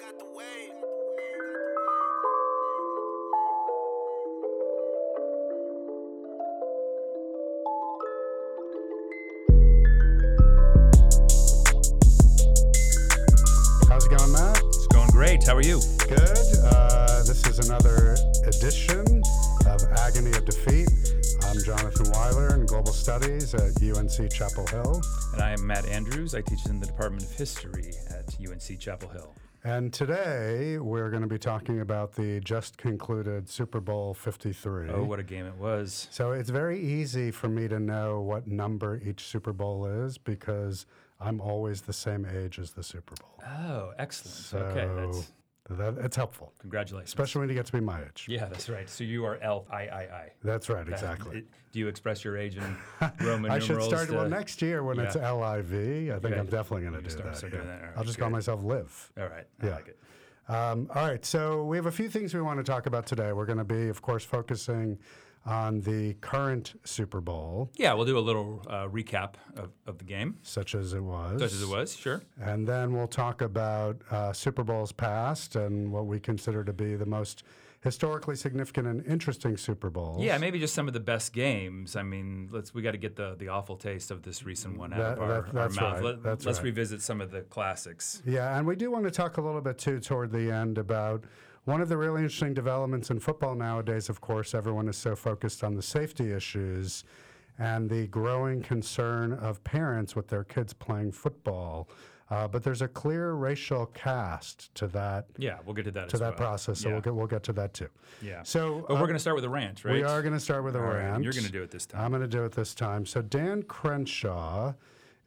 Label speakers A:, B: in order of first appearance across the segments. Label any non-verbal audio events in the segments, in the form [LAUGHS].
A: got the wave.
B: How's it going, Matt?
C: It's going great. How are you?
B: Good. Uh, this is another edition of Agony of Defeat. I'm Jonathan Weiler in Global Studies at UNC Chapel Hill.
C: And I am Matt Andrews. I teach in the Department of History at UNC Chapel Hill.
B: And today we're going to be talking about the just concluded Super Bowl 53.
C: Oh, what a game it was.
B: So it's very easy for me to know what number each Super Bowl is because I'm always the same age as the Super Bowl.
C: Oh, excellent.
B: So
C: okay, that's
B: that, that's helpful,
C: congratulations.
B: especially when you get to be my age.
C: yeah, that's right. So you are elf I I I.
B: That's right, exactly.
C: It- do you express your age in
B: [LAUGHS]
C: Roman
B: I should
C: numerals?
B: start well
C: to-
B: next year when it's LIV. I think
C: Okay.
B: I'm definitely going to do
C: start-
B: that.
C: start
B: yeah.
C: doing that. All right,
B: I'll just call
C: good.
B: myself Liv.
C: All right. I
B: Yeah.
C: like it.
B: Um, all right, so we have a few things we want to talk about today. We're going to be, of course, focusing on the current Super Bowl,
C: Yeah, we'll do a little uh, recap of, of the game,
B: such as it was,
C: such as it was. Sure.
B: and then we'll talk about uh, Super Bowls past and what we consider to be the most historically significant and interesting Super Bowls.
C: Yeah, maybe just some of the best games. I mean, let's we got to get the, the awful taste of this recent one out
B: That-
C: of our,
B: that-
C: our
B: that's
C: mouth.
B: right,
C: Let,
B: that's
C: us
B: right.
C: revisit some of the classics.
B: Yeah, and we do want to talk a little bit too toward the end about one of the really interesting developments in football nowadays. Of course, everyone is so focused on the safety issues and the growing concern of parents with their kids playing football. Uh, but there's a clear racial cast to that
C: Yeah, we'll get to that
B: to
C: as
B: that
C: well.
B: process. So
C: Yeah.
B: we'll get we'll get to that too.
C: Yeah.
B: So
C: But
B: uh,
C: we're going to start with a rant, right?
B: we are going to start with a
C: All right,
B: rant.
C: and You're going to do it this time.
B: I'm going to do it this time. So Dan Crenshaw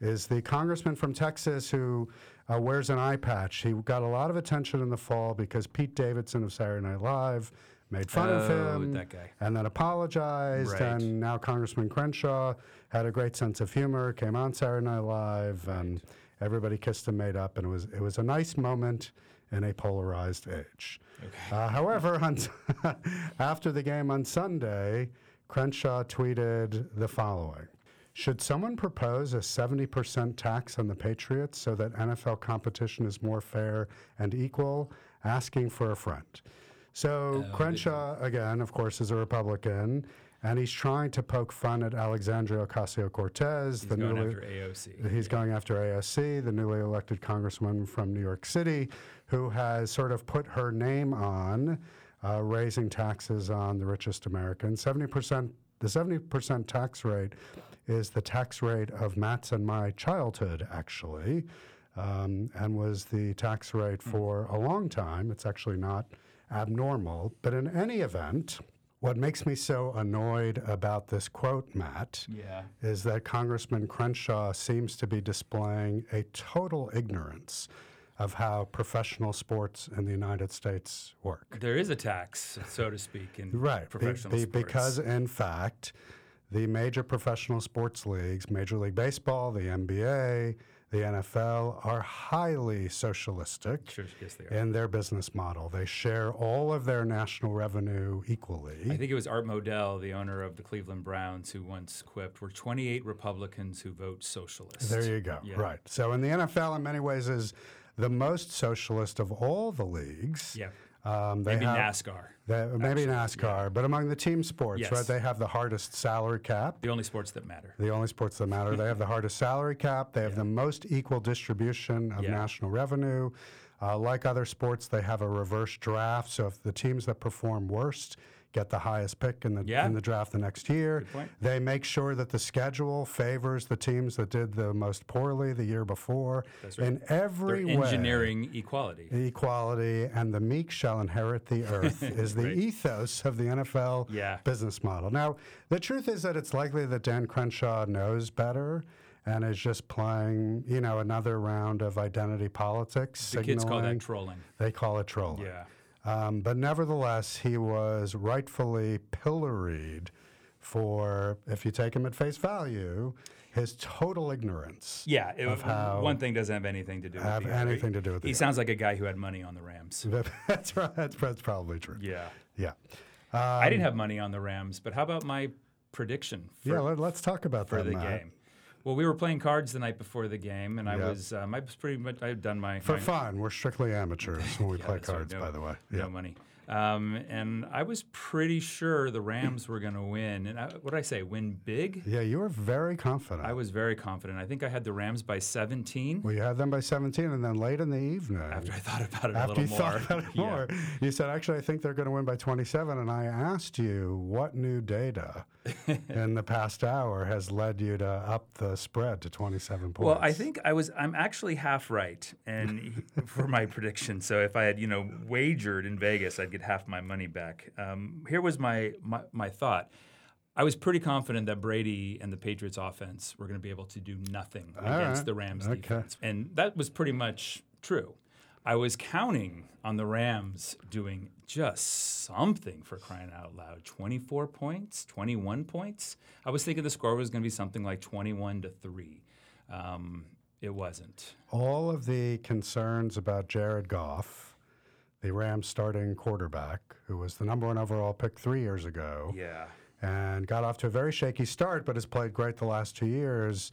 B: is the congressman from Texas who uh, wears an eye patch. He got a lot of attention in the fall because Pete Davidson of Saturday Night Live made fun of
C: Oh,
B: him
C: that guy.
B: and then apologized.
C: Right.
B: And now Congressman Crenshaw had a great sense of humor, came on Saturday Night Live, and everybody kissed and made up. And it was it was a nice moment in a polarized age. Uh, however, [LAUGHS] on after the game on Sunday, Crenshaw tweeted the following. Should someone propose a 70% tax on the Patriots so that NFL competition is more fair and equal? Asking for a friend.
C: Oh,
B: So Crenshaw, again, of course, is a Republican, and he's trying to poke fun at Alexandria Ocasio Cortez, the
C: going
B: newly.
C: after AOC.
B: He's going after AOC, the newly elected congresswoman from New York City, who has sort of put her name on uh, raising taxes on the richest Americans. 70%, the 70% tax rate is the tax rate of Matt's and my childhood, actually, um, and was the tax rate for a long time. It's actually not abnormal. But in any event, what makes me so annoyed about this quote, Matt,
C: Yeah.
B: is that Congressman Crenshaw seems to be displaying a total ignorance of how professional sports in the United States work.
C: There is a tax, so to speak, in
B: Right. be-
C: professional
B: be-
C: sports.
B: Because, in fact, the major professional sports leagues, Major League Baseball, the NBA, the NFL, are highly socialistic
C: Sure, yes, they are.
B: in their business model. They share all of their national revenue equally.
C: I think it was Art Modell, the owner of the Cleveland Browns, who once quipped, "We're 28 Republicans who vote socialist."
B: There you go.
C: Yeah.
B: Right. So in the NFL, in many ways, is the most socialist of all the leagues.
C: Yeah.
B: Um, they
C: Maybe
B: have,
C: NASCAR,
B: they- maybe NASCAR, but among the team sports,
C: Yes.
B: right? They have the hardest salary cap.
C: the only sports that matter.
B: The only sports that matter. They have the hardest salary cap. They have the most equal distribution of
C: Yeah.
B: national revenue. Uh, like other sports, they have a reverse draft. So if the teams that perform worst get the highest pick in the
C: Yeah.
B: in the draft the next year,
C: point.
B: they make sure that the schedule favors the teams that did the most poorly the year before. In
C: They're
B: every way,
C: engineering equality.
B: equality and the meek shall inherit
C: [LAUGHS]
B: the earth is the ethos of the NFL
C: Yeah.
B: business model. Now, the truth is that it's likely that Dan Crenshaw knows better and is just playing, you know, another round of identity politics.
C: The kids call
B: signaling.
C: that trolling.
B: They call it trolling.
C: Yeah.
B: Um, but nevertheless, he was rightfully pilloried for, if you take him at face value, his total ignorance.
C: Yeah, it, one thing doesn't have anything to do with
B: Have
C: the other.
B: anything to do with
C: He
B: the
C: sounds like a guy who had money on the Rams.
B: [LAUGHS] that's, right, that's, that's probably true.
C: Yeah.
B: yeah. Um,
C: I didn't have money on the Rams, but how about my prediction for,
B: yeah, let, us talk about
C: for
B: that.
C: the
B: Matt.
C: game? Well, we were playing cards the night before the game, and I
B: Yeah.
C: was um, I was pretty much I had done my
B: For
C: my-
B: fun, we're strictly
C: [LAUGHS]
B: amateurs when we
C: Yeah,
B: play
C: that's right,
B: cards,
C: no-
B: by the way.
C: no money. Um, and I was pretty sure the Rams were going to win. And I, what did I say? Win big.
B: Yeah, you were very confident.
C: I was very confident. I think I had the Rams by 17.
B: well, you had them by 17, and then late in the evening,
C: After I thought about it a
B: after
C: little
B: you
C: more,
B: thought about it
C: Yeah.
B: more, you said, actually, I think they're going to win by 27. And I asked you, what new
C: [LAUGHS]
B: data in the past hour has led you to up the spread to 27 points?
C: Well, I think I was. I'm actually half right, and for my prediction. So if I had, you know, wagered in Vegas, I'd get half my money back. Um, here was my, my my thought. I was pretty confident that Brady and the Patriots offense were going to be able to do nothing against
B: right.
C: the Rams
B: Okay.
C: defense, and that was pretty much true. I was counting on the Rams doing just something for crying out loud 24 points, 21 points. I was thinking the score was going to be something like 21 to 3. Um, it wasn't.
B: all of the concerns about Jared Goff, the Rams starting quarterback, who was the number one overall pick three years ago.
C: Yeah.
B: and got off to a very shaky start, but has played great the last two years.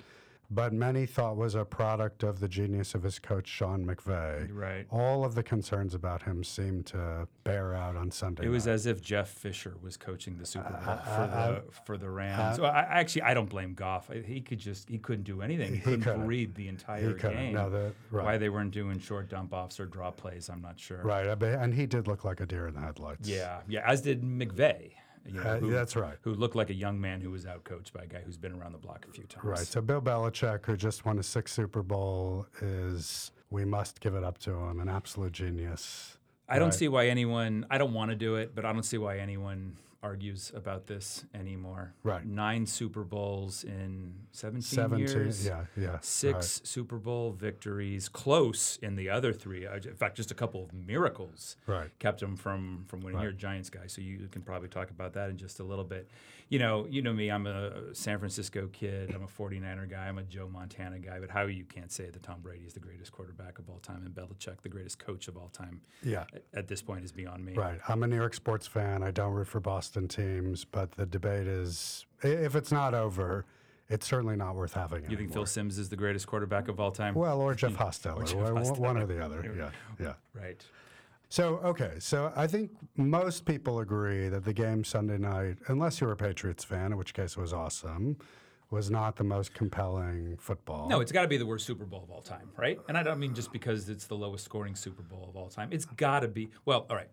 B: But many thought was a product of the genius of his coach Sean McVay.
C: Right.
B: All of the concerns about him seemed to bear out on Sunday.
C: It was
B: night.
C: as if Jeff Fisher was coaching the Super Bowl
B: Uh,
C: for the for the Rams. So I, I actually, I don't blame Goff. I, he could just he couldn't do anything. He couldn't
B: couldn't.
C: read the entire
B: couldn't.
C: game.
B: No, the- right.
C: Why they weren't doing short dump offs or draw plays, I'm not sure.
B: right, I be- and he did look like a deer in the headlights.
C: Yeah, yeah. As did McVeigh. you know,
B: Uh,
C: who-
B: that's right.
C: Who looked like a young man who was outcoached by a guy who's been around the block a few times.
B: Right. So Bill Belichick, who just won a sixth Super Bowl, is we must give it up to him, an absolute genius.
C: I don't see why anyone. I don't want to do it, but I don't see why anyone argues about this anymore.
B: Right.
C: Nine Super Bowls in 17,
B: Seventeen.
C: years.
B: Yeah, yeah.
C: Six
B: right.
C: Super Bowl victories, close in the other three. Uh, In fact, just a couple of miracles
B: Right.
C: kept him from from winning. You're a Giants guy, so you can probably talk about that in just a little bit. You know, you know me. I'm a San Francisco kid. I'm a 49er guy. I'm a Joe Montana guy. But how you can't say that Tom Brady is the greatest quarterback of all time and Belichick the greatest coach of all time?
B: Yeah.
C: At this point, is beyond me.
B: Right. I'm a New York sports fan. I don't root for Boston teams, but the debate is i- if it's not over, it's certainly not worth having.
C: You think Phil Sims is the greatest quarterback of all time?
B: well, or Jeff Hosteller,
C: Jeff
B: or one- one
C: Hosteller.
B: or the other. Yeah, yeah.
C: right.
B: So okay, so I think most people agree that the game Sunday night, unless you were a Patriots fan, in which case it was awesome, was not the most compelling football.
C: No, it's got to be the worst Super Bowl of all time, right? And I don't mean just because it's the lowest scoring Super Bowl of all time. It's got to be. Well, all right.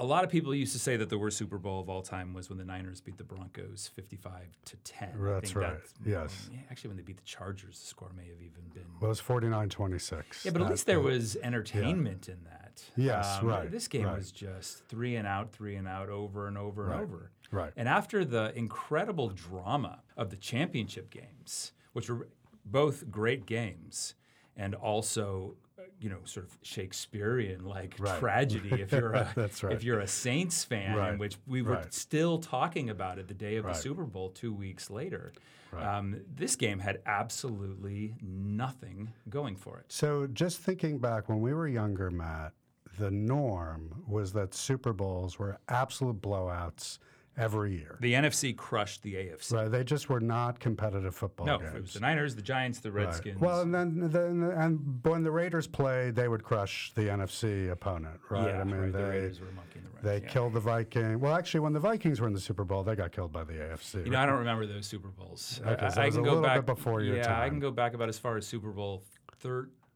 C: A lot of people used to say that the worst Super Bowl of all time was when the Niners beat the Broncos 55 to 10. I
B: That's
C: think mm,
B: right. Yes.
C: yeah, actually, when they beat the Chargers, the score may have even been.
B: Well, it was 49-26.
C: Yeah, but at
B: That-
C: least there was entertainment in that. Um,
B: Yes, right,
C: This game
B: right.
C: was just three and out, three and out, over and over and over.
B: right.
C: And after the incredible drama of the championship games, which were both great games and also, uh, you know, sort of Shakespearean like
B: Right.
C: tragedy if you're a
B: [LAUGHS] That's right.
C: if you're a Saints fan,
B: Right,
C: in which we were
B: right.
C: still talking about it the day of
B: Right.
C: the Super Bowl two weeks later. Um, this game had absolutely nothing going for it.
B: So, just thinking back when we were younger, Matt, the norm was that Super Bowls were absolute blowouts every year.
C: The NFC crushed the AFC.
B: Right? They just were not competitive football
C: No,
B: games.
C: it was the Niners, the Giants, the
B: Oh, Right.
C: Redskins.
B: Well, and then, then and when the Raiders played, they would crush the NFC opponent, right?
C: yeah,
B: I mean,
C: right,
B: they
C: the Raiders were monkeying the Rams.
B: they
C: yeah.
B: killed the Vikings. Well, actually, when the Vikings were in the Super Bowl, they got killed by the AFC.
C: You know, I don't remember those Super Bowls. I-
B: Okay, so it
C: I, I
B: was a
C: can go
B: little bit
C: back
B: before your
C: yeah, I
B: time.
C: can go back about as far as Super Bowl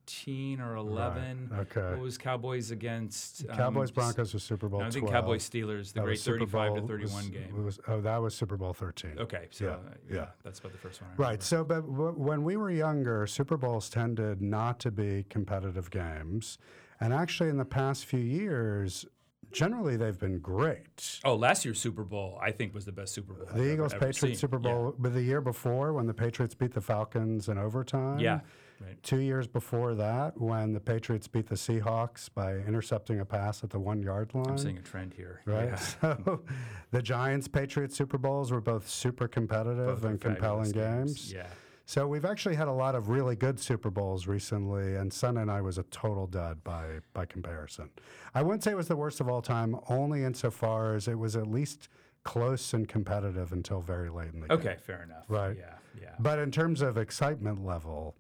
C: thirteen or eleven.
B: okay.
C: What was Cowboys against um,
B: Cowboys
C: s-
B: Broncos was Super Bowl.
C: I think
B: 12.
C: Cowboys Steelers, the
B: That
C: great
B: was Super
C: thirty-five to
B: Bowl- was-
C: thirty-one game.
B: was- oh, that was Super Bowl thirteen.
C: Okay, so
B: Yeah,
C: uh, yeah,
B: yeah.
C: that's about the first one. I remember.
B: Right. So, but w- when we were younger, Super Bowls tended not to be competitive games. And actually, in the past few years, generally they've been great.
C: Oh, last year's Super Bowl, I think, was the best Super Bowl. Oh, I've
B: The
C: ever-
B: Eagles
C: ever seen.
B: Patriots Super
C: Yeah.
B: Bowl, but the year before when the Patriots beat the Falcons in overtime.
C: Yeah. Right.
B: Two years before that, when the Patriots beat the Seahawks by intercepting a pass at the one yard line.
C: I'm seeing a trend here.
B: Right.
C: Yeah.
B: [LAUGHS] So the Giants Patriots Super Bowls were both super competitive
C: Both are
B: and compelling
C: fabulous games.
B: games.
C: Yeah.
B: So we've actually had a lot of really good Super Bowls recently, and Sun and I was a total dud by by comparison. I wouldn't say it was the worst of all time, only insofar as it was at least close and competitive until very late in the game.
C: Okay, fair enough.
B: Right.
C: Yeah, yeah.
B: But in terms of excitement level,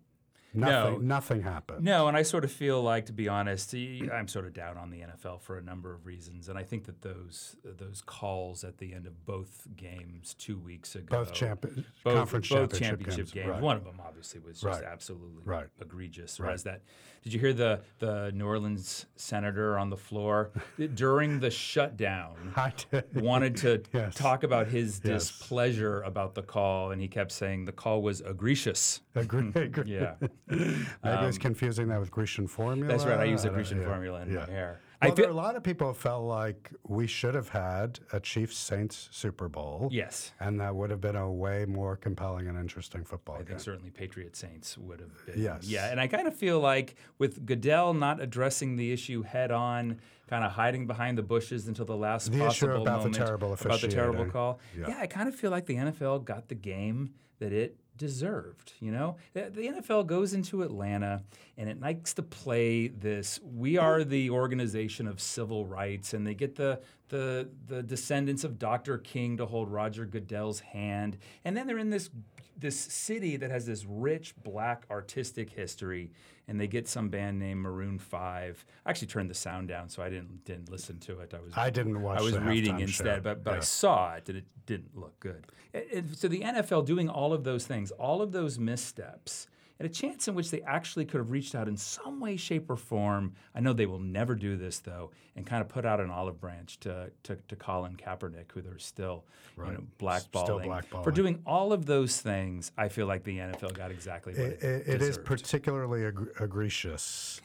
B: nothing,
C: No.
B: nothing happened.
C: No, and I sort of feel like, to be honest, y- I'm sort of down on the NFL for a number of reasons, and I think that those those calls at the end of both games two weeks ago,
B: Both champion,
C: both,
B: conference
C: both
B: championship, games. Right.
C: One of them obviously was just
B: Right.
C: absolutely
B: Right.
C: egregious. Whereas that, did you hear the the New Orleans senator on the floor
B: [LAUGHS]
C: during the shutdown?
B: [LAUGHS] I did.
C: wanted to
B: [LAUGHS] Yes.
C: talk about his
B: Yes.
C: displeasure about the call, and he kept saying the call was egregious.
B: Agree, agree.
C: [LAUGHS] Yeah, Um,
B: Maybe I was confusing that with Grecian formula.
C: that's right. I use
B: a
C: the Grecian formula in my hair. I
B: Well, there are a
C: feel-
B: lot of people who felt like we should have had a Chiefs Saints Super Bowl.
C: yes.
B: And that would have been a way more compelling and interesting football
C: I
B: game.
C: think certainly Patriot Saints would have been.
B: Yes.
C: Yeah, and I kind of feel like with Goodell not addressing the issue head on, kind of hiding behind the bushes until the last
B: The issue
C: possible
B: about the
C: moment
B: terrible
C: about the terrible
B: officiating.
C: call.
B: Yeah.
C: Yeah. I kind of feel like the NFL got the game that it deserved. You know, the, the NFL goes into Atlanta and it likes to play this. We are the organization of civil rights, and they get the the the descendants of Dr. King to hold Roger Goodell's hand, and then they're in this this city that has this rich black artistic history and they get some band named Maroon 5. I actually turned the sound down so I didn't didn't listen to it. I was
B: I didn't watch
C: I was
B: the
C: reading
B: halftime
C: instead,
B: show.
C: but, but I saw it and it didn't look good. And- and so the NFL doing all of those things, all of those missteps, and a chance in which they actually could have reached out in some way, shape, or form. I know they will never do this though, and kind of put out an olive branch to, to, to Colin Kaepernick, who they're still you know, blackballing. For
B: blackballing.
C: doing all of those things, I feel like the NFL got exactly what
B: It-
C: it,
B: it- it is
C: deserved.
B: particularly egr-
C: [LAUGHS]
B: egregious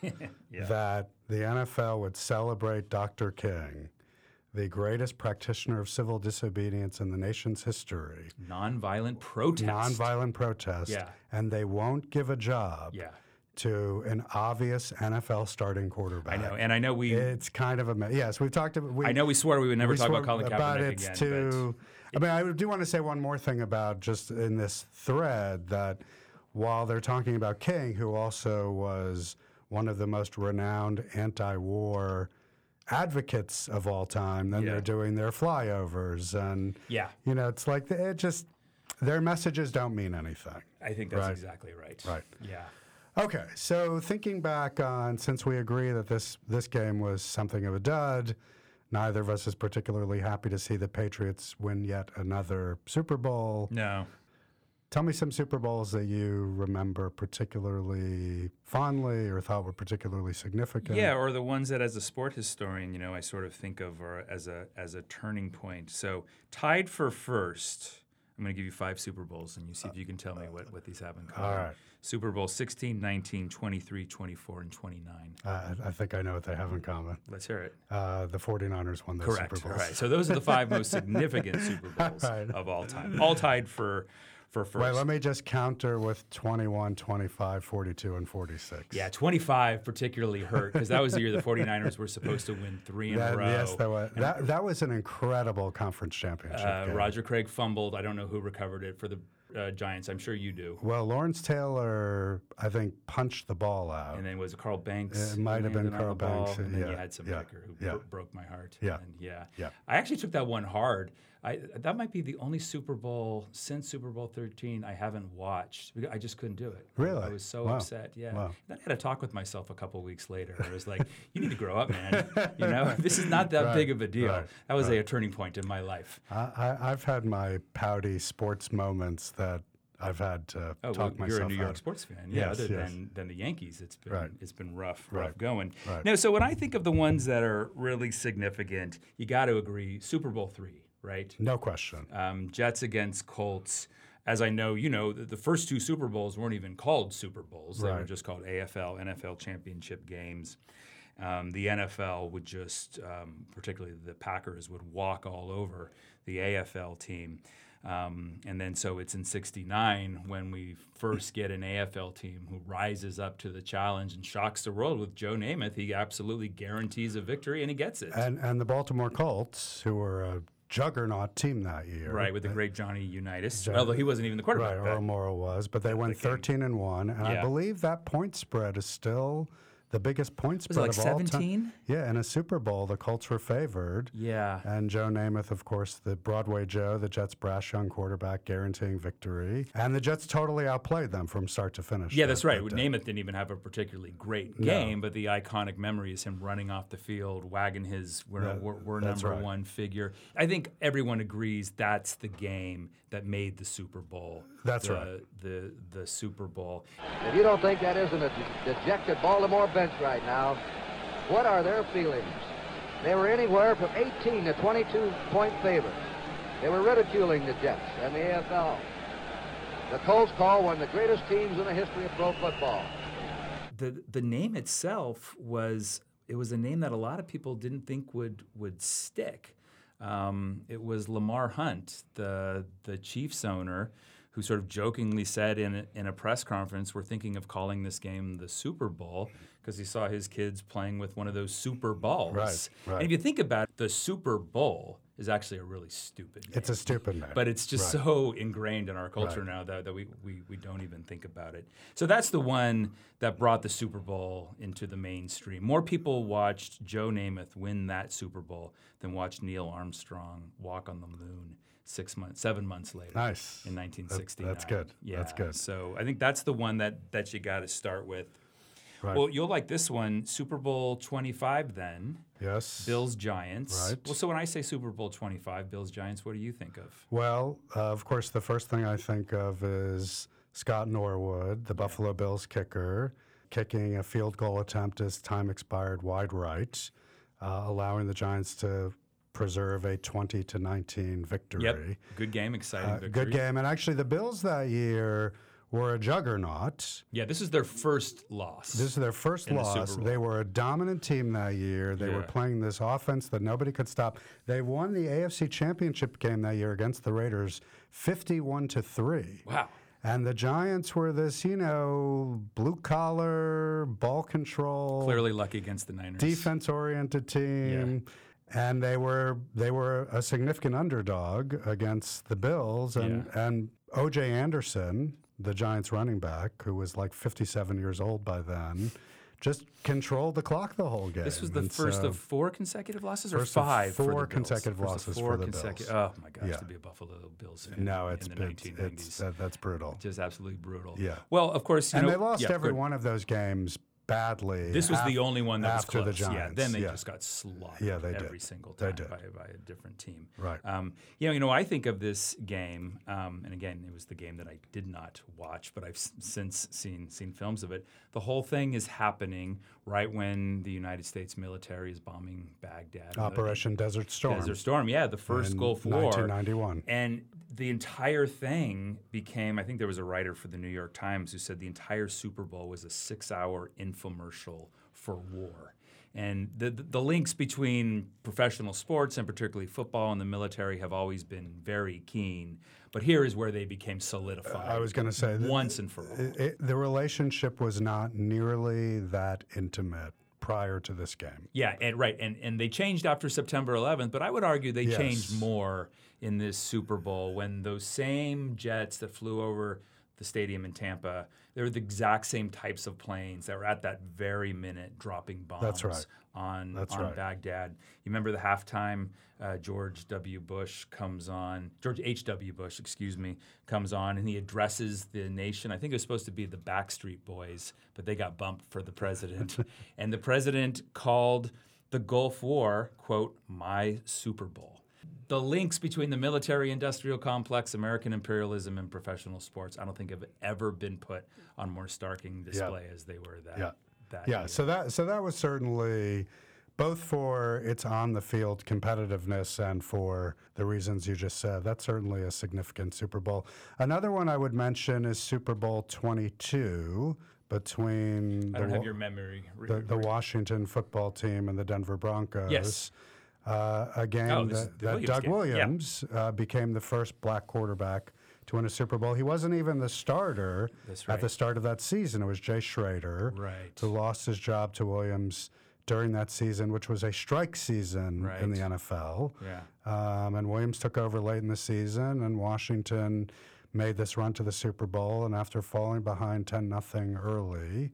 B: that the NFL would celebrate Dr. King, the greatest practitioner of civil disobedience in the nation's history,
C: nonviolent protest.
B: nonviolent protest,
C: Yeah.
B: and they won't give a job
C: yeah.
B: to an obvious NFL starting quarterback.
C: I know, and I know we.
B: It's kind of a mess. Yes, we've talked about. We,
C: I know we swore we would never
B: we
C: talk
B: sort
C: about Colin
B: of-
C: Kaepernick
B: but it's
C: again. but-
B: too. I mean, I do want to say one more thing about just in this thread that while they're talking about King, who also was one of the most renowned anti-war advocates of all time, then they're
C: Yeah.
B: doing their flyovers, and
C: Yeah,
B: you know, it's like the- it just their messages don't mean anything.
C: I think that's
B: Right.
C: exactly right.
B: Right.
C: Yeah.
B: Okay, so thinking back on since we agree that this this game was something of a dud, neither of us is particularly happy to see the Patriots win yet another Super Bowl.
C: No.
B: Tell me some Super Bowls that you remember particularly fondly or thought were particularly significant.
C: Yeah, or the ones that, as a sport historian, you know, I sort of think of are as a as a turning point. So tied for first, I'm going to give you five Super Bowls, and you see if you can tell me what, what these have in common.
B: right.
C: Super Bowl 16, 19, 23, 24, and 29.
B: Uh, I I think I know what they have in common.
C: Let's hear it.
B: Uh, the 49ers won those
C: Correct.
B: Super
C: All
B: Bowls.
C: right. So those are the five most significant
B: [LAUGHS]
C: Super Bowls
B: Right.
C: of all time, all tied for for first.
B: Wait, let me just counter with 21, 25, 42, and 46.
C: Yeah, 25 particularly hurt because that was the year the 49ers were supposed to win three in a
B: That,
C: row.
B: yes, that was, that, that was an incredible conference championship
C: uh,
B: game.
C: Roger Craig fumbled. I don't know who recovered it for the uh, Giants. I'm sure you do.
B: Well, Lawrence Taylor, I think, punched the ball out.
C: And then was it Carl Banks?
B: It might
C: who
B: have been
C: landed on
B: Carl
C: the ball?
B: Banks,
C: And then you
B: yeah,
C: had some
B: yeah,
C: kicker who
B: yeah.
C: bro- broke my heart.
B: Yeah.
C: And yeah.
B: Yeah.
C: I actually took that one hard. I, that might be the only Super Bowl since Super Bowl 13 I haven't watched. because I just couldn't do it. I-
B: Really?
C: I was so
B: Wow.
C: upset. Yeah.
B: Wow.
C: Then I had a talk with myself a couple weeks later. I was like, you need to grow up, man.
B: [LAUGHS]
C: You know, this is not that big of a deal.
B: right,
C: that was a turning point in my life.
B: I, I, I've had my pouty sports moments that I've had to
C: Oh, well,
B: talk
C: you're
B: myself
C: a New
B: out
C: York
B: of.
C: sports fan. Yeah,
B: Yes,
C: other
B: yes.
C: than than the Yankees, it's been
B: Right.
C: it's been rough,
B: Right.
C: rough going.
B: Right.
C: No, so when I think of the ones that are really significant, you got to agree Super Bowl three, right?
B: No question.
C: Um, Jets against Colts. As I know, you know the, the first two Super Bowls weren't even called Super Bowls; they were
B: Right.
C: just called AFL, NFL championship games. Um, the NFL would just, um, particularly the Packers, would walk all over the AFL team. Um, and then so it's in 69 when we first get an AFL team who rises up to the challenge and shocks the world with Joe Namath. He absolutely guarantees a victory and he gets it.
B: And, and the Baltimore Colts, who were a juggernaut team that year.
C: Right, with the great Johnny Unitas, although he wasn't even the
B: Right,
C: quarterback. back
B: Earl Morrow was, but they went 13 and 1. And I
C: Yeah.
B: believe that point spread is still the biggest point
C: Was it
B: spread
C: like
B: of all time.
C: 17?
B: Yeah, in a Super Bowl, the Colts were favored.
C: Yeah.
B: And Joe Namath, of course, the Broadway Joe, the Jets' brash young quarterback, guaranteeing victory. And the Jets totally outplayed them from start to finish.
C: Yeah,
B: that-
C: that's right.
B: that day.
C: Namath didn't even have a particularly great game, but the iconic memory is him running off the field, wagging his "we're, no- we're, we're
B: that's
C: number
B: right.
C: one" figure. I think everyone agrees that's the game that made the Super Bowl.
B: That's
C: the,
B: right.
C: The the Super Bowl.
A: If you don't think that isn't a dejected Baltimore bench right now, what are their feelings? They were anywhere from 18 to 22 point favorites. They were ridiculing the Jets and the AFL. The Colts call one of the greatest teams in the history of pro football.
C: the The name itself was it was a name that a lot of people didn't think would would stick. Um, it was Lamar Hunt, the the Chiefs owner, who sort of jokingly said in a, in a press conference, "We're thinking of calling this game the Super Bowl." Because he saw his kids playing with one of those super balls.
B: Right,
C: And if
B: right.
C: you think about it, the Super Bowl is actually a really stupid name
B: It's a stupid name.
C: but it's just
B: Right.
C: so ingrained in our culture now that, that we, we, we don't even think about it. So that's the one that brought the Super Bowl into the mainstream. More people watched Joe Namath win that Super Bowl than watched Neil Armstrong walk on the moon six months, seven months later.
B: Nice.
C: In 1969.
B: good. That's good.
C: So I think that's the one that, that you got to start with.
B: Right.
C: Well, you'll like this one, Super Bowl 25 then.
B: yes.
C: Bills Giants.
B: Right.
C: Well, so when I say Super Bowl 25, Bills Giants, what do you think of?
B: Well, uh, of course, the first thing I think of is Scott Norwood, the Buffalo Bills kicker, kicking a field goal attempt as time expired wide right, uh, allowing the Giants to preserve a 20 to 19 victory.
C: Yep. Good game, exciting
B: Uh,
C: victory.
B: good game. And actually, the Bills that year were a juggernaut.
C: Yeah, this is their first loss.
B: This is their first
C: In the Super
B: loss.
C: Bowl.
B: they were a dominant team that year. They were
C: Yeah.
B: playing this offense that nobody could stop. They won the AFC Championship game that year against the Raiders 51 to 3.
C: wow.
B: And the Giants were this, you know, blue collar, ball control,
C: Clearly lucky against the Niners.
B: Oh. defense oriented team. And they were they were a significant underdog against the Bills and, and OJ Anderson, the Giants running back, who was like fifty seven years old by then, just controlled the clock the whole game.
C: This was the
B: And
C: first
B: so-
C: of four consecutive losses or
B: First of
C: five? for the
B: four
C: Bills?
B: consecutive
C: First of
B: losses
C: four
B: for the
C: consecu-
B: Bills.
C: Oh, my gosh,
B: Yeah.
C: to be a Buffalo Bills fan
B: No,
C: in
B: it's
C: the
B: it's,
C: 1990s.
B: it's that, that's brutal.
C: Just absolutely brutal.
B: Yeah.
C: Well, of course, you
B: and
C: know,
B: they lost
C: yeah,
B: every
C: good.
B: one of those games badly.
C: This was
B: af-
C: the only one that was
B: after
C: close.
B: the
C: yeah,
B: Giants.
C: then they
B: yeah.
C: just got slaughtered
B: Yeah, they did.
C: every single
B: They
C: time
B: did.
C: by, by a different team.
B: Right.
C: Um, you know, you know, I think of this game, um, and again, it was the game that I did not watch, but I've s- since seen seen films of it. The whole thing is happening right when the United States military is bombing Baghdad. and the-
B: Operation Desert Storm.
C: Desert Storm, yeah, the first
B: in
C: Gulf War,
B: 1991.
C: and the entire thing became. I think there was a writer for the New York Times who said the entire Super Bowl was a six-hour infomercial for war, and the, the the links between professional sports and particularly football and the military have always been very keen. But here is where they became solidified.
B: I was going to say that
C: once and for all.
B: it, it- the relationship was not nearly that intimate prior to this game.
C: Yeah, and right, and and they changed after September 11th, but I would argue they changed
B: Yes.
C: more in this Super Bowl when those same jets that flew over the stadium in Tampa, they were the exact same types of planes that were at that very minute dropping bombs
B: right.
C: on
B: That's
C: on
B: right.
C: Baghdad. You remember the halftime uh, George W. Bush comes on, George H. W. Bush, excuse me, comes on and he addresses the nation. I think it was supposed to be the Backstreet Boys, but they got bumped for
B: [LAUGHS]
C: the president. and the president called the Gulf War, quote, my Super Bowl. The links between the military industrial complex, American imperialism, and professional sports, I don't think have ever been put on more starking display as they were that.
B: Yeah.
C: that
B: Yeah,
C: year.
B: so that so that was certainly both for its on the field competitiveness and for the reasons you just said. That's certainly a significant Super Bowl. Another one I would mention is Super Bowl 22 between the,
C: I don't
B: Wa-
C: have your memory. re-
B: the, the Washington football team and the Denver Broncos.
C: Yes.
B: Uh, a game
C: Oh, this is
B: that,
C: the
B: that
C: Williams
B: Doug
C: game. Yeah.
B: Williams uh, became the first black quarterback to win a Super Bowl. He wasn't even the starter
C: That's
B: at the
C: right.
B: start of that season. It was Jay Schrader
C: Right.
B: who lost his job to Williams during that season, which was a strike season in
C: Right.
B: the NFL.
C: Yeah.
B: Um, and Williams took over late in the season, and Washington made this run to the Super Bowl. And after falling behind 10 0 early,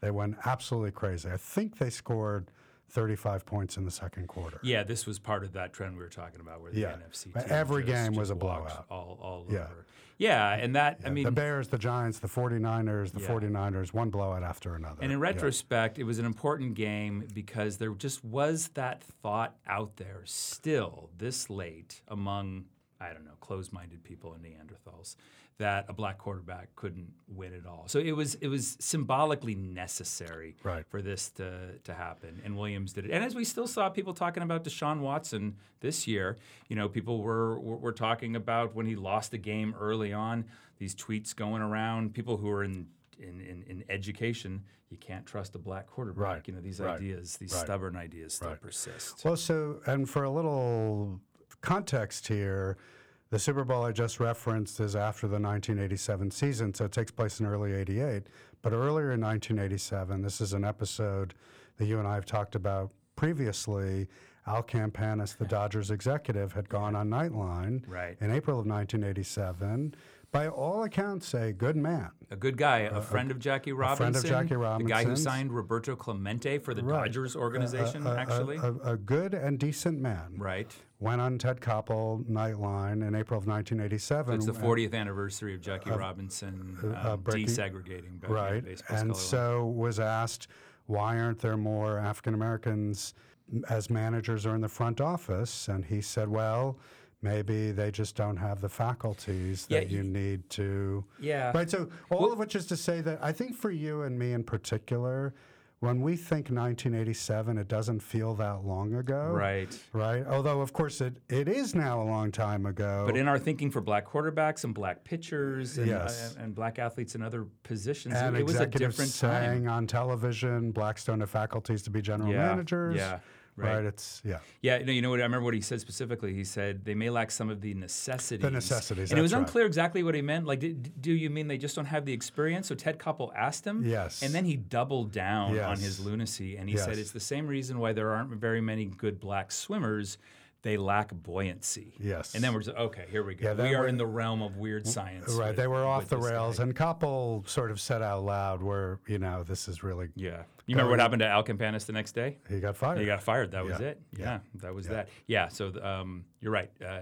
B: They went absolutely crazy. I think they scored 35 points in the second quarter.
C: Yeah, this was part of that trend we were talking about, where the
B: Yeah.
C: NFC.
B: But
C: team
B: every
C: just-
B: game
C: just
B: was a
C: walks
B: blowout.
C: All, all
B: Yeah.
C: over. Yeah, and that I
B: the
C: mean,
B: Bears, the Giants, the 49ers, the
C: Yeah.
B: 49ers, one blowout after another.
C: and in
B: Yeah.
C: retrospect, it was an important game because there just was that thought out there still this late among I don't know closed-minded people and Neanderthals that a black quarterback couldn't win at all. So it was it was symbolically necessary
B: Right.
C: for this to, to happen. And Williams did it. And as we still saw people talking about Deshaun Watson this year, you know, people were, were, were talking about when he lost a game early on, these tweets going around, people who are in, in, in, in education, you can't trust a black quarterback.
B: Right,
C: You know, these
B: right,
C: ideas, these
B: right.
C: stubborn ideas still persist.
B: Well, so, and for a little context here, the Super Bowl I just referenced is after the 1987 season, so it takes place in early 88. But earlier in 1987, this is an episode that you and I have talked about previously. Al Campanis, the Dodgers executive, had gone on Nightline
C: Right.
B: in April of 1987. By all accounts, a good man.
C: a good guy, a friend of Jackie Robinson,
B: friend of Jackie
C: the guy who
B: Robinson's. Uh,
C: signed Roberto Clemente for the Dodgers organization,
B: A- a-
C: actually.
B: a, a good and decent man.
C: right.
B: went on Ted Koppel Nightline in April of 1987.
C: It's the 40th anniversary of Jackie Robinson um,
B: Uh, breaking-
C: desegregating back into
B: right,
C: baseball
B: and
C: scholarly.
B: so was asked, why aren't there more African Americans as managers or in the front office? And he said, well, maybe they just don't have the faculties that
C: Yeah,
B: you need to.
C: Yeah.
B: Right. So all of which is to say that I think for you and me in particular. When we think 1987, it doesn't feel that long ago.
C: Right.
B: Right. Although, of course, it, it is now a long time ago.
C: But in our thinking for black quarterbacks and black pitchers and, uh,
B: Yes.
C: and, and black athletes in other positions, it-
B: and
C: it was a
B: executives
C: different
B: saying
C: time.
B: on television, Blackstone to faculties to be general
C: Yeah,
B: managers.
C: yeah, right.
B: It's yeah.
C: Yeah, no, you know what? I remember what he said specifically. He said they may lack some of the necessities.
B: necessities,
C: And it was
B: that's right.
C: unclear exactly what he meant. Like, did, do you mean they just don't have the experience? So Ted Koppel asked him.
B: Yes.
C: And then he doubled down on
B: Yes.
C: his lunacy, and he said
B: Yes.
C: it's the same reason why there aren't very many good black swimmers. They lack buoyancy.
B: Yes.
C: And then we're just okay. Here we go.
B: Yeah,
C: we
B: then
C: are
B: we-
C: in the realm of weird science.
B: Right.
C: with-
B: They were off
C: with
B: the
C: this guy.
B: rails, and Koppel sort of said out loud, "Where you know this is really
C: Yeah. You remember what happened to Al Campanis the next day?
B: he got fired."
C: He got fired. That was
B: Yeah.
C: it. Yeah. That was that. Yeah. So th- um, you're right. Uh,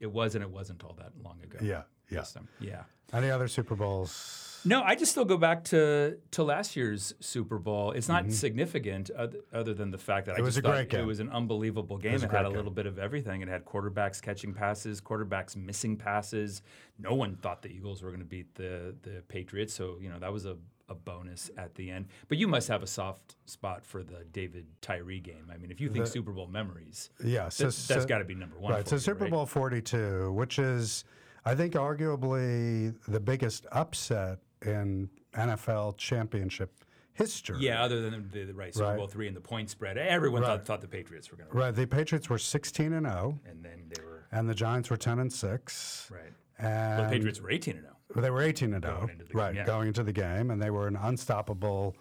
C: it was and it wasn't all that long ago.
B: yeah. Yeah.
C: This time. Yeah.
B: Any other Super Bowls?
C: No, I just still go back to to last year's Super Bowl. It's not significant oth- other than the fact that I
B: Mm-hmm. was
C: just
B: a
C: thought
B: great
C: it
B: game.
C: was an unbelievable game. It,
B: a
C: had a
B: great
C: little bit of everything. It had quarterbacks catching passes, quarterbacks missing passes. No one thought the Eagles were going to beat the the Patriots, so you know that was a a bonus at the end. But you must have a soft spot for the David Tyree game. I mean, if you think Super Bowl memories,
B: Yeah. So,
C: that, has
B: so-
C: got to be number one.
B: Right.
C: for
B: So
C: you,
B: Super
C: right?
B: Bowl 42, which is, I think, arguably the biggest upset in NFL championship history.
C: Yeah, other than the, the right Super
B: Right.
C: Bowl three and the point spread, everyone thought, thought the Patriots were going to,
B: Right. The Patriots were 16 and 0,
C: and then they were
B: and the Giants were 10 and 6.
C: right.
B: And
C: Well, the Patriots were 18 and oh. 0.
B: They were 18 and 0,
C: into the game,
B: right,
C: yeah.
B: going into the game, and they were an unstoppable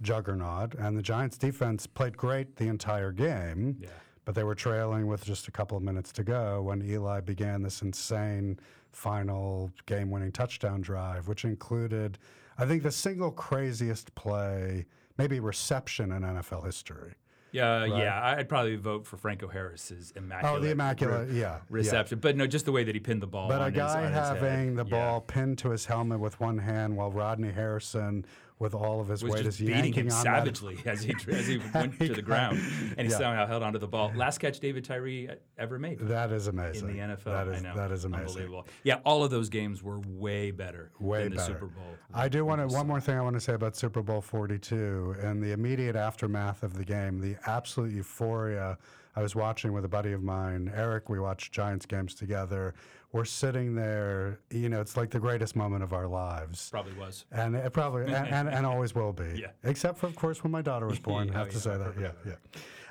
B: juggernaut. And the Giants' defense played great the entire game,
C: Yeah.
B: but they were trailing with just a couple of minutes to go when Eli began this insane final game winning touchdown drive, which included, I think, the single craziest play, maybe reception in NFL history.
C: Yeah, uh, yeah. I'd probably vote for Franco Harris's immaculate.
B: Oh, the immaculate,
C: re-
B: yeah. yeah.
C: reception, but no, just the way that he pinned the ball.
B: But
C: on
B: a guy
C: his, on his head.
B: having the
C: Yeah.
B: ball pinned to his helmet with one hand while Rodney Harrison, with all of his
C: was
B: weight,
C: just
B: is
C: beating
B: yanking
C: him
B: on
C: savagely as he as
B: [LAUGHS]
C: he went to the ground, and he
B: Yeah.
C: somehow held onto the ball. Last catch David Tyree uh, ever made.
B: that. That is
C: in
B: amazing.
C: the NFL,
B: That is,
C: I know.
B: That is amazing.
C: Unbelievable. Yeah, all of those games were way better
B: Way
C: than the
B: better.
C: Super Bowl.
B: I do want to, one more thing I want to say about Super Bowl 42 and the immediate aftermath of the game, the absolute euphoria. I was watching with a buddy of mine, Eric. We watched Giants games together. We're sitting there, you know, it's like the greatest moment of our lives.
C: Probably was.
B: And it probably and, and,
C: [LAUGHS]
B: and always will be.
C: Yeah.
B: Except for of course when my daughter was born. I
C: Oh,
B: have to
C: yeah,
B: say that. Yeah,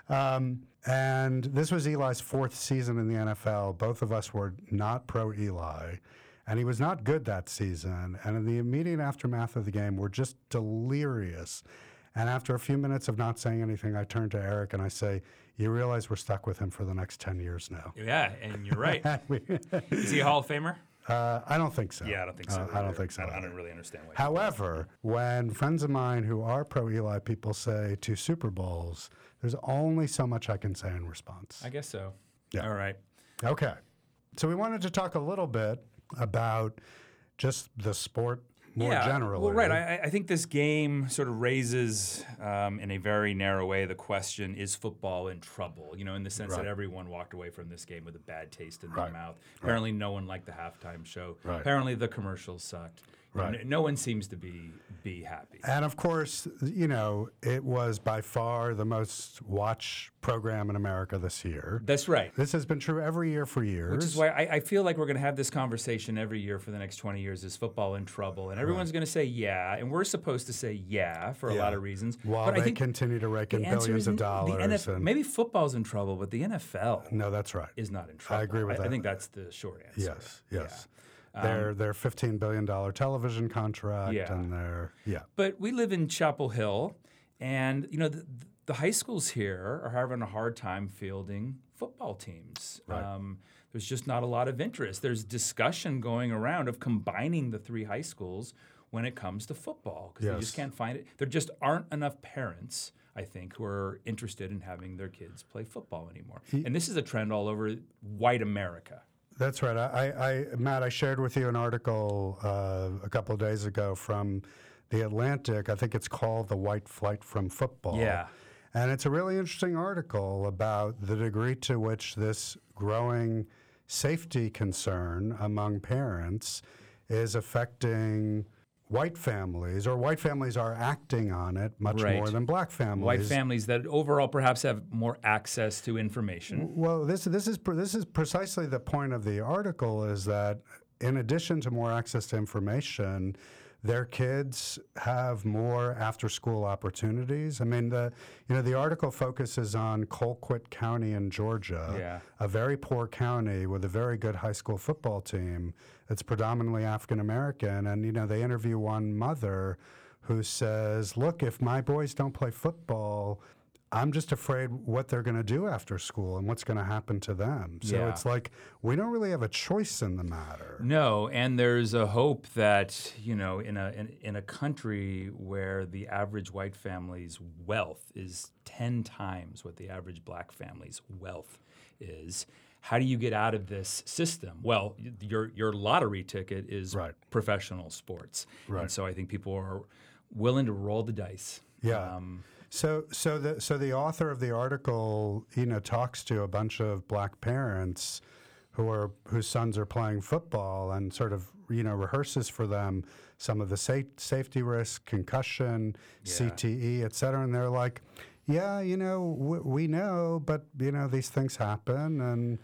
B: yeah. Um, and this was Eli's fourth season in the NFL. Both of us were not pro Eli, and he was not good that season. And in the immediate aftermath of the game, we're just delirious. And after a few minutes of not saying anything, I turn to Eric and I say, "You realize we're stuck with him for the next ten years now." [LAUGHS]
C: Yeah, and you're right.
B: And we-
C: Is he a Hall of Famer?
B: Uh, I don't think so.
C: Yeah, I don't think so.
B: Uh, I
C: either.
B: don't think so.
C: I don't, I
B: either.
C: don't really understand why.
B: However, when friends of mine who are pro Eli people say to Super Bowls, there's only so much I can say in response.
C: I guess so.
B: Yeah.
C: All right.
B: Okay. So we wanted to talk a little bit about just the sport more
C: yeah,
B: generally.
C: Well, right. I, I- I think this game sort of raises, um, in a very narrow way, the question: Is football in trouble? You know, in the sense
B: Right.
C: that everyone walked away from this game with a bad taste in
B: Right.
C: their mouth. Apparently, no one liked the halftime show.
B: Right.
C: Apparently, the commercials sucked. You know,
B: Right.
C: n- No one seems to be be happy.
B: and of course, you know, it was by far the most watched program in America this year.
C: That's right.
B: This has been true every year for years.
C: Which is why I, I feel like we're going to have this conversation every year for the next 20 years is football in trouble? And everyone's going to say, yeah. And we're supposed to say, yeah, for a lot of reasons.
B: while
C: but
B: they
C: I think
B: continue to rake in
C: the answer
B: billions
C: is
B: of
C: n- the
B: dollars.
C: NF
B: and,
C: maybe football's in trouble, but the NFL
B: no, that's right.
C: is not in trouble.
B: agree with
C: I,
B: that.
C: think that's the short answer.
B: Yes, yes. Their their fifteen billion dollar television contract
C: Um, Yeah.
B: and their yeah
C: But we live in Chapel Hill, and you know the, the high schools here are having a hard time fielding football teams. Um, there's just not a lot of interest. There's discussion going around of combining the three high schools when it comes to football because they
B: Yes.
C: just can't find it. There just aren't enough parents. I think who are interested in having their kids play football anymore, and this is a trend all over white America.
B: That's right. I, I, I Matt, I shared with you an article uh, a couple of days ago from the Atlantic. I think it's called "The White Flight from Football."
C: Yeah.
B: and it's a really interesting article about the degree to which this growing safety concern among parents is affecting white families, or white families are acting on it much
C: Right.
B: more than black families.
C: White families that overall perhaps have more access to information.
B: Well, this this is pre- this is precisely the point of the article is that in addition to more access to information, their kids have more after school opportunities. I mean, the you know the article focuses on Colquitt County in Georgia,
C: Yeah.
B: a very poor county with a very good high school football team that's predominantly African American, and you know they interview one mother who says, "Look, if my boys don't play football." I'm just afraid what they're going to do after school and what's going to happen to them. So
C: Yeah.
B: it's like we don't really have a choice in the matter.
C: No, and there's a hope that you know, in a in, in a country where the average white family's wealth is ten times what the average black family's wealth is. How do you get out of this system? Well, y- your your lottery ticket is
B: Right.
C: professional sports,
B: Right.
C: and so I think people are willing to roll the dice. Um,
B: Yeah. so so the so the author of the article, you know, talks to a bunch of black parents who are whose sons are playing football and sort of you know rehearses for them some of the sa- safety risks, concussion, CTE, et cetera, and they're like, yeah, you know, w- we know, but you know, these things happen and.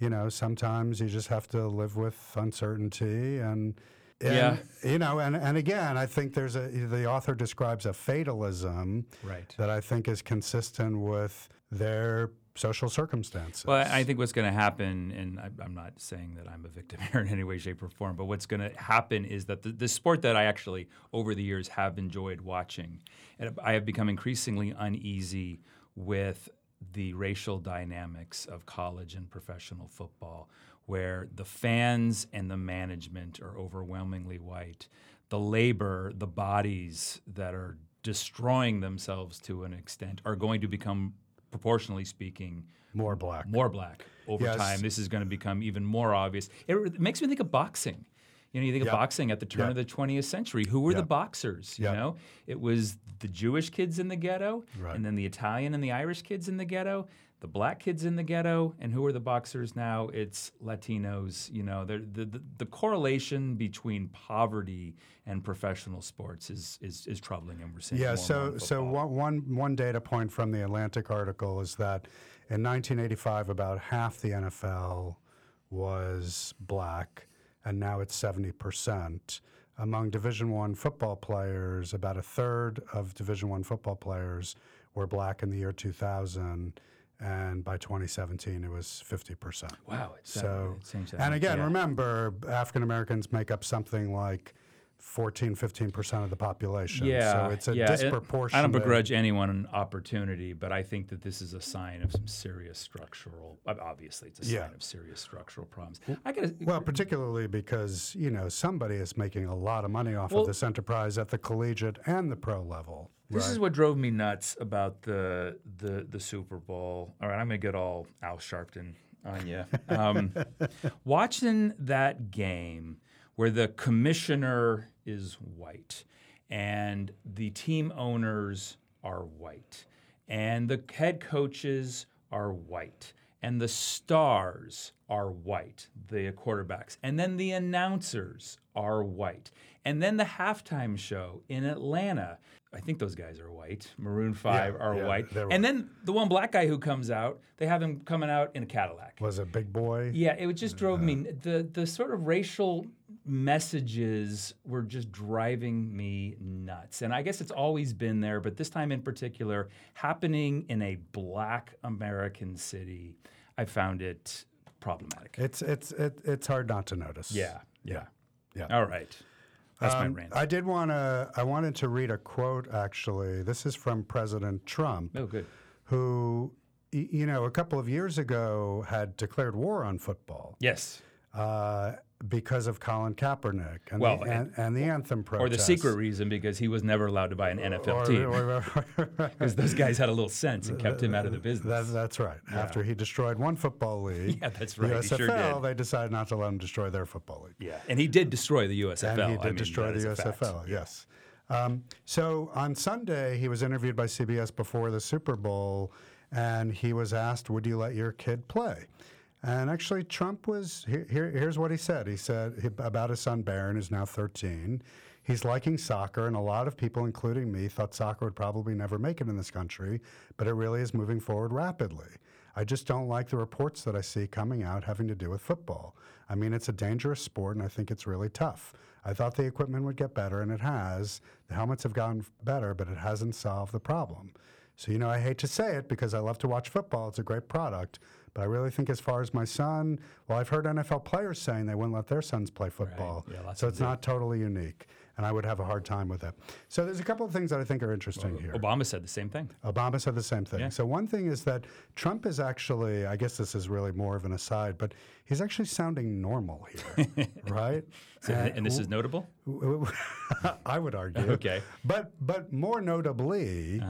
B: You know, sometimes you just have to live with uncertainty, and, and
C: Yeah.
B: you know, and, and again, I think there's a the author describes a fatalism
C: Right.
B: that I think is consistent with their social circumstances.
C: Well, I I think what's going to happen, and I, I'm not saying that I'm a victim [LAUGHS] here in any way, shape, or form, but what's going to happen is that the, the sport that I actually over the years have enjoyed watching, and I have become increasingly uneasy with the racial dynamics of college and professional football, where the fans and the management are overwhelmingly white. The labor, the bodies that are destroying themselves to an extent are going to become, proportionally speaking,
B: More black.
C: more black over
B: Yes.
C: time. This is going to become even more obvious. It, r- makes me think of boxing. You know, you think of boxing at the turn of the 20th century. Who were the boxers? You
B: Yeah.
C: know, it was the Jewish kids in the ghetto, and then the Italian and the Irish kids in the ghetto, the black kids in the ghetto, and who are the boxers now? It's Latinos. You know, They're- the the, the correlation between poverty and professional sports is is, is troubling, and we're seeing.
B: Yeah,
C: more and more
B: so
C: in
B: so
C: football.
B: one, one, one data point from the Atlantic article is that in 1985, about half the NFL was black, and now it's 70 percent. Among Division One football players, about a third of Division One football players were black in the year 2000, and by 2017, it was 50 percent.
C: wow, it's that-
B: So,
C: it seems that
B: and
C: way.
B: again,
C: Yeah.
B: remember, African Americans make up something like 14, 15% of the population.
C: Yeah,
B: So it's a
C: yeah. and
B: disproportionate.
C: I don't begrudge anyone an opportunity, but I think that this is a sign of some serious structural. ob- Obviously, it's a
B: Yeah.
C: sign of serious structural problems. I got to
B: Well, particularly because, you know, somebody is making a lot of money off
C: Well-
B: of this enterprise at the collegiate and the pro level.
C: This is what drove me nuts about the the the Super Bowl. All right, I'm gonna get all Al Sharpton on you. Um, watching that game where the commissioner is white and the team owners are white and the head coaches are white and the stars are white, the quarterbacks, and then the announcers are white. And then the halftime show in Atlanta, I think those guys are white. Maroon 5
B: Yeah,
C: are
B: yeah,
C: white.
B: they're
C: And then the one black guy who comes out, they have him coming out in a Cadillac.
B: Was a big boy?
C: Yeah, it would just drove me. The the sort of racial messages were just driving me nuts. And I guess it's always been there, but this time in particular, happening in a black American city, I found it problematic.
B: It's, it's, it, it's hard not to notice.
C: yeah.
B: Yeah. Yeah.
C: All right. That's
B: Um,
C: my rant.
B: I did want to. I wanted to read a quote. Actually, this is from President Trump,
C: oh, good.
B: who, y- you know, a couple of years ago had declared war on football
C: Yes.
B: uh, because of Colin Kaepernick and
C: Well,
B: the, and, and the anthem
C: Or
B: protest,
C: the secret reason because he was never allowed to buy an NFL
B: Or-
C: [LAUGHS] team.
B: or- [LAUGHS]
C: Because those guys had a little sense and kept him out of the
B: That,
C: business.
B: that's right. After he destroyed one football league,
C: [LAUGHS] Yeah, that's right, he
B: USFL,
C: sure did.
B: they decided not to let him destroy their football league.
C: Yeah. And he did destroy the USFL.
B: And he
C: I
B: did
C: mean,
B: destroy
C: that is
B: the
C: a fact.
B: USFL, yes. Um, so on Sunday, he was interviewed by CBS before the Super Bowl, and he was asked, Would you let your kid play? And actually, Trump was here, here, here's what he said. He said he- about his son, Barron, who's now 13. He's liking soccer, and a lot of people, including me, thought soccer would probably never make it in this country, but it really is moving forward rapidly. I just don't like the reports that I see coming out having to do with football. I mean, it's a dangerous sport, and I think it's really tough. I thought the equipment would get better, and it has. The helmets have gotten f- better, but it hasn't solved the problem. So, you know, I hate to say it because I love to watch football. It's a great product. But I really think, as far as my son, well, I've heard NFL players saying they wouldn't let their sons play football.
C: Yeah, lots
B: so it's not totally unique. And I would have a hard time with it. So there's a couple of things that I think are interesting here.
C: Obama said the same thing.
B: Obama said the same thing. So one thing is that Trump is actually, I guess this is really more of an aside, but he's actually sounding normal
C: [LAUGHS]
B: here, right?
C: and,
B: [LAUGHS]
C: and this is notable.
B: I would argue.
C: Okay. Uh-huh.
B: But but more notably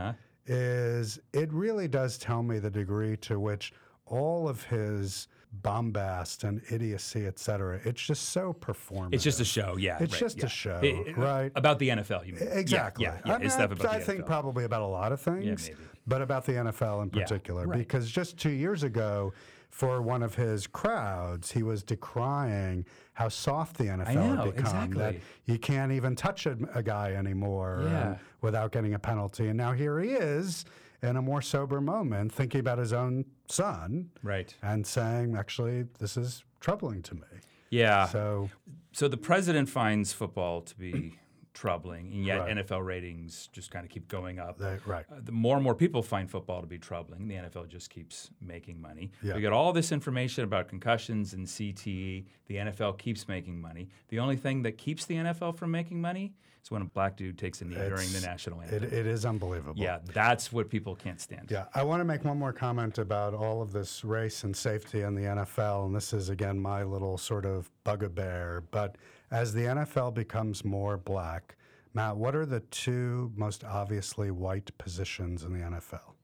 B: is it really does tell me the degree to which all of his bombast and idiocy, et cetera, it's just so performative.
C: It's just a show, yeah.
B: It's
C: right,
B: just a
C: yeah.
B: show,
C: I- I-
B: right.
C: About the NFL, you mean? Yeah,
B: Exactly.
C: Yeah, yeah,
B: I, mean,
C: it's stuff about
B: I
C: the
B: think
C: NFL.
B: probably about a lot of things,
C: maybe.
B: but about the NFL in
C: Yeah,
B: particular,
C: right.
B: because just two years ago, for one of his crowds, he was decrying how soft the NFL
C: know,
B: had become. That
C: exactly.
B: you can't even touch a, a guy anymore um,
C: Yeah.
B: without getting a penalty. And now here he is in a more sober moment, thinking about his own son
C: Right.
B: and saying, actually, this is troubling to me.
C: Yeah. So,
B: So,
C: the president finds football to be [CLEARS THROAT] troubling, and yet
B: Right.
C: NFL ratings just kind of keep going up.
B: they, right.
C: Uh, the more and more people find football to be troubling, the NFL just keeps making money.
B: Yeah.
C: We got all this information about concussions and CTE. The NFL keeps making money. The only thing that keeps the NFL from making money is when a black dude takes a knee during the
B: It's-
C: national anthem.
B: It, it is unbelievable.
C: yeah, that's what people can't stand.
B: Yeah, I want to make one more comment about all of this race and safety in the NFL. And this is, again, my little sort of bugabare. But as the NFL becomes more black, Matt, what are the two most obviously white positions in the NFL?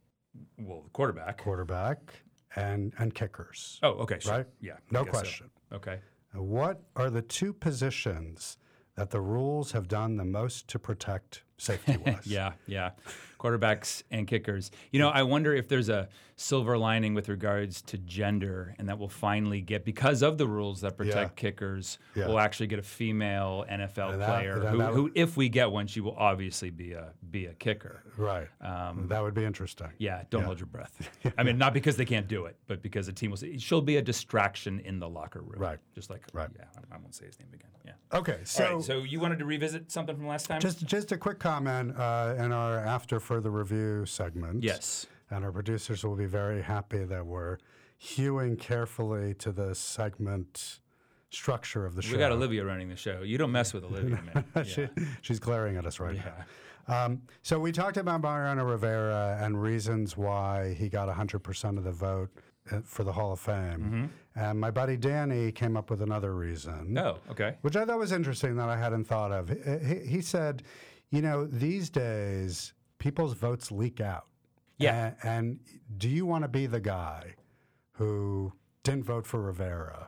C: Well, the quarterback.
B: Quarterback and, and kickers.
C: Oh, okay, sure.
B: Right?
C: Yeah, I
B: No
C: guess so.
B: question.
C: Okay.
B: What are the two positions that the rules have done the most to protect safety wise?
C: [LAUGHS] Yeah, yeah. Quarterbacks and kickers. You know, I wonder if there's a silver lining with regards to gender and that we'll finally get because of the rules that protect kickers,
B: Yeah.
C: we'll actually get a female NFL
B: And that-
C: player
B: that-
C: who,
B: that-
C: who if we get one, she will obviously be a be a kicker.
B: Right. that would be interesting.
C: Um, Yeah, don't hold your breath.
B: [LAUGHS]
C: I mean, not because they can't do it, but because the team will say she'll be a distraction in the locker room.
B: Right.
C: Just like
B: Right.
C: yeah, I- I won't say his name again. Yeah.
B: Okay. So,
C: All right, so you wanted to revisit something from last time?
B: Just, just a quick comment uh, in our after further review segment.
C: yes.
B: And our producers will be very happy that we're hewing carefully to the segment structure of the show.
C: We got Olivia running the show. You don't mess with [LAUGHS] Olivia, man. Yeah.
B: she, she's glaring at us right now. Um, so we talked about Mariano Rivera and reasons why he got 100% of the vote uh, for the Hall of
C: Mm-hmm.
B: Fame. And my buddy Danny came up with another reason.
C: Oh, okay.
B: Which I thought was interesting that I hadn't thought of. He- He, he said, you know, these days people's votes leak out.
C: Yeah.
B: A- And, do you want to be the guy who didn't vote for Rivera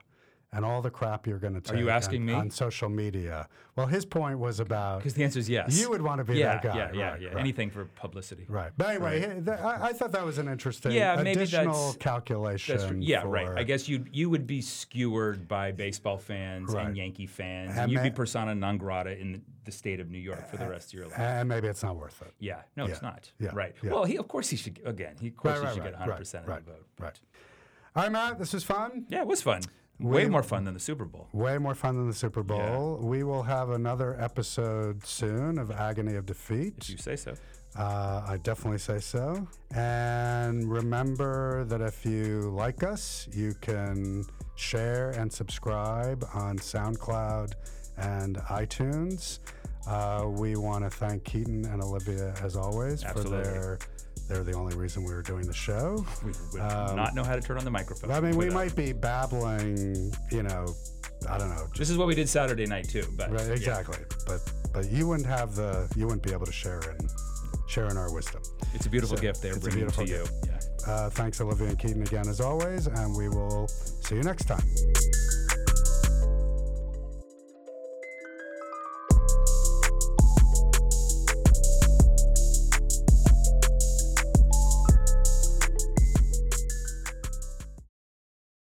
B: and all the crap you're going to take
C: you asking
B: on,
C: me?
B: on social media? Well, his point was about
C: Because the answer is yes.
B: you would want to be
C: yeah,
B: that guy.
C: yeah, yeah,
B: right,
C: yeah.
B: Right.
C: Anything for publicity.
B: Right. But anyway, he- th- I, I thought that was an interesting
C: Yeah, maybe
B: additional
C: that's-
B: calculation.
C: That's true. Yeah, right.
B: for-
C: I guess you you would be skewered by baseball fans
B: Right.
C: and Yankee fans, and,
B: And
C: you'd be
B: ma-
C: persona non grata in the, the state of New York for the rest of your life.
B: And maybe it's not worth it.
C: Yeah, no, it's
B: yeah,
C: not.
B: yeah,
C: right.
B: yeah.
C: Well, he of course he should again. He, of course
B: right,
C: he should
B: right,
C: get
B: right,
C: 100 percent of
B: right,
C: the vote.
B: right. All right, Matt, this was fun.
C: Yeah, it was fun. Way more fun than the Super Bowl.
B: Way more fun than the Super Bowl. We will have another episode soon of Agony of
C: If you
B: Defeat.
C: say so.
B: Uh, I definitely say so. And remember that if you like us, you can share and subscribe on SoundCloud and iTunes. Uh, we want to thank Keaton and Olivia, as always,
C: Absolutely.
B: for their. They're the only reason we were doing the show.
C: We would not know how to turn on the microphone.
B: Um, I mean, we
C: without-
B: might be babbling, you know, I don't know,
C: This is what we did Saturday night too. But
B: Right,
C: yeah.
B: exactly. But but you wouldn't have the you wouldn't be able to share in share in our wisdom.
C: it's a beautiful
B: So,
C: gift they're
B: it's a
C: bringing to
B: beautiful
C: you. Yeah.
B: Uh, thanks, Olivia and Keaton, again as always, and we will see you next time.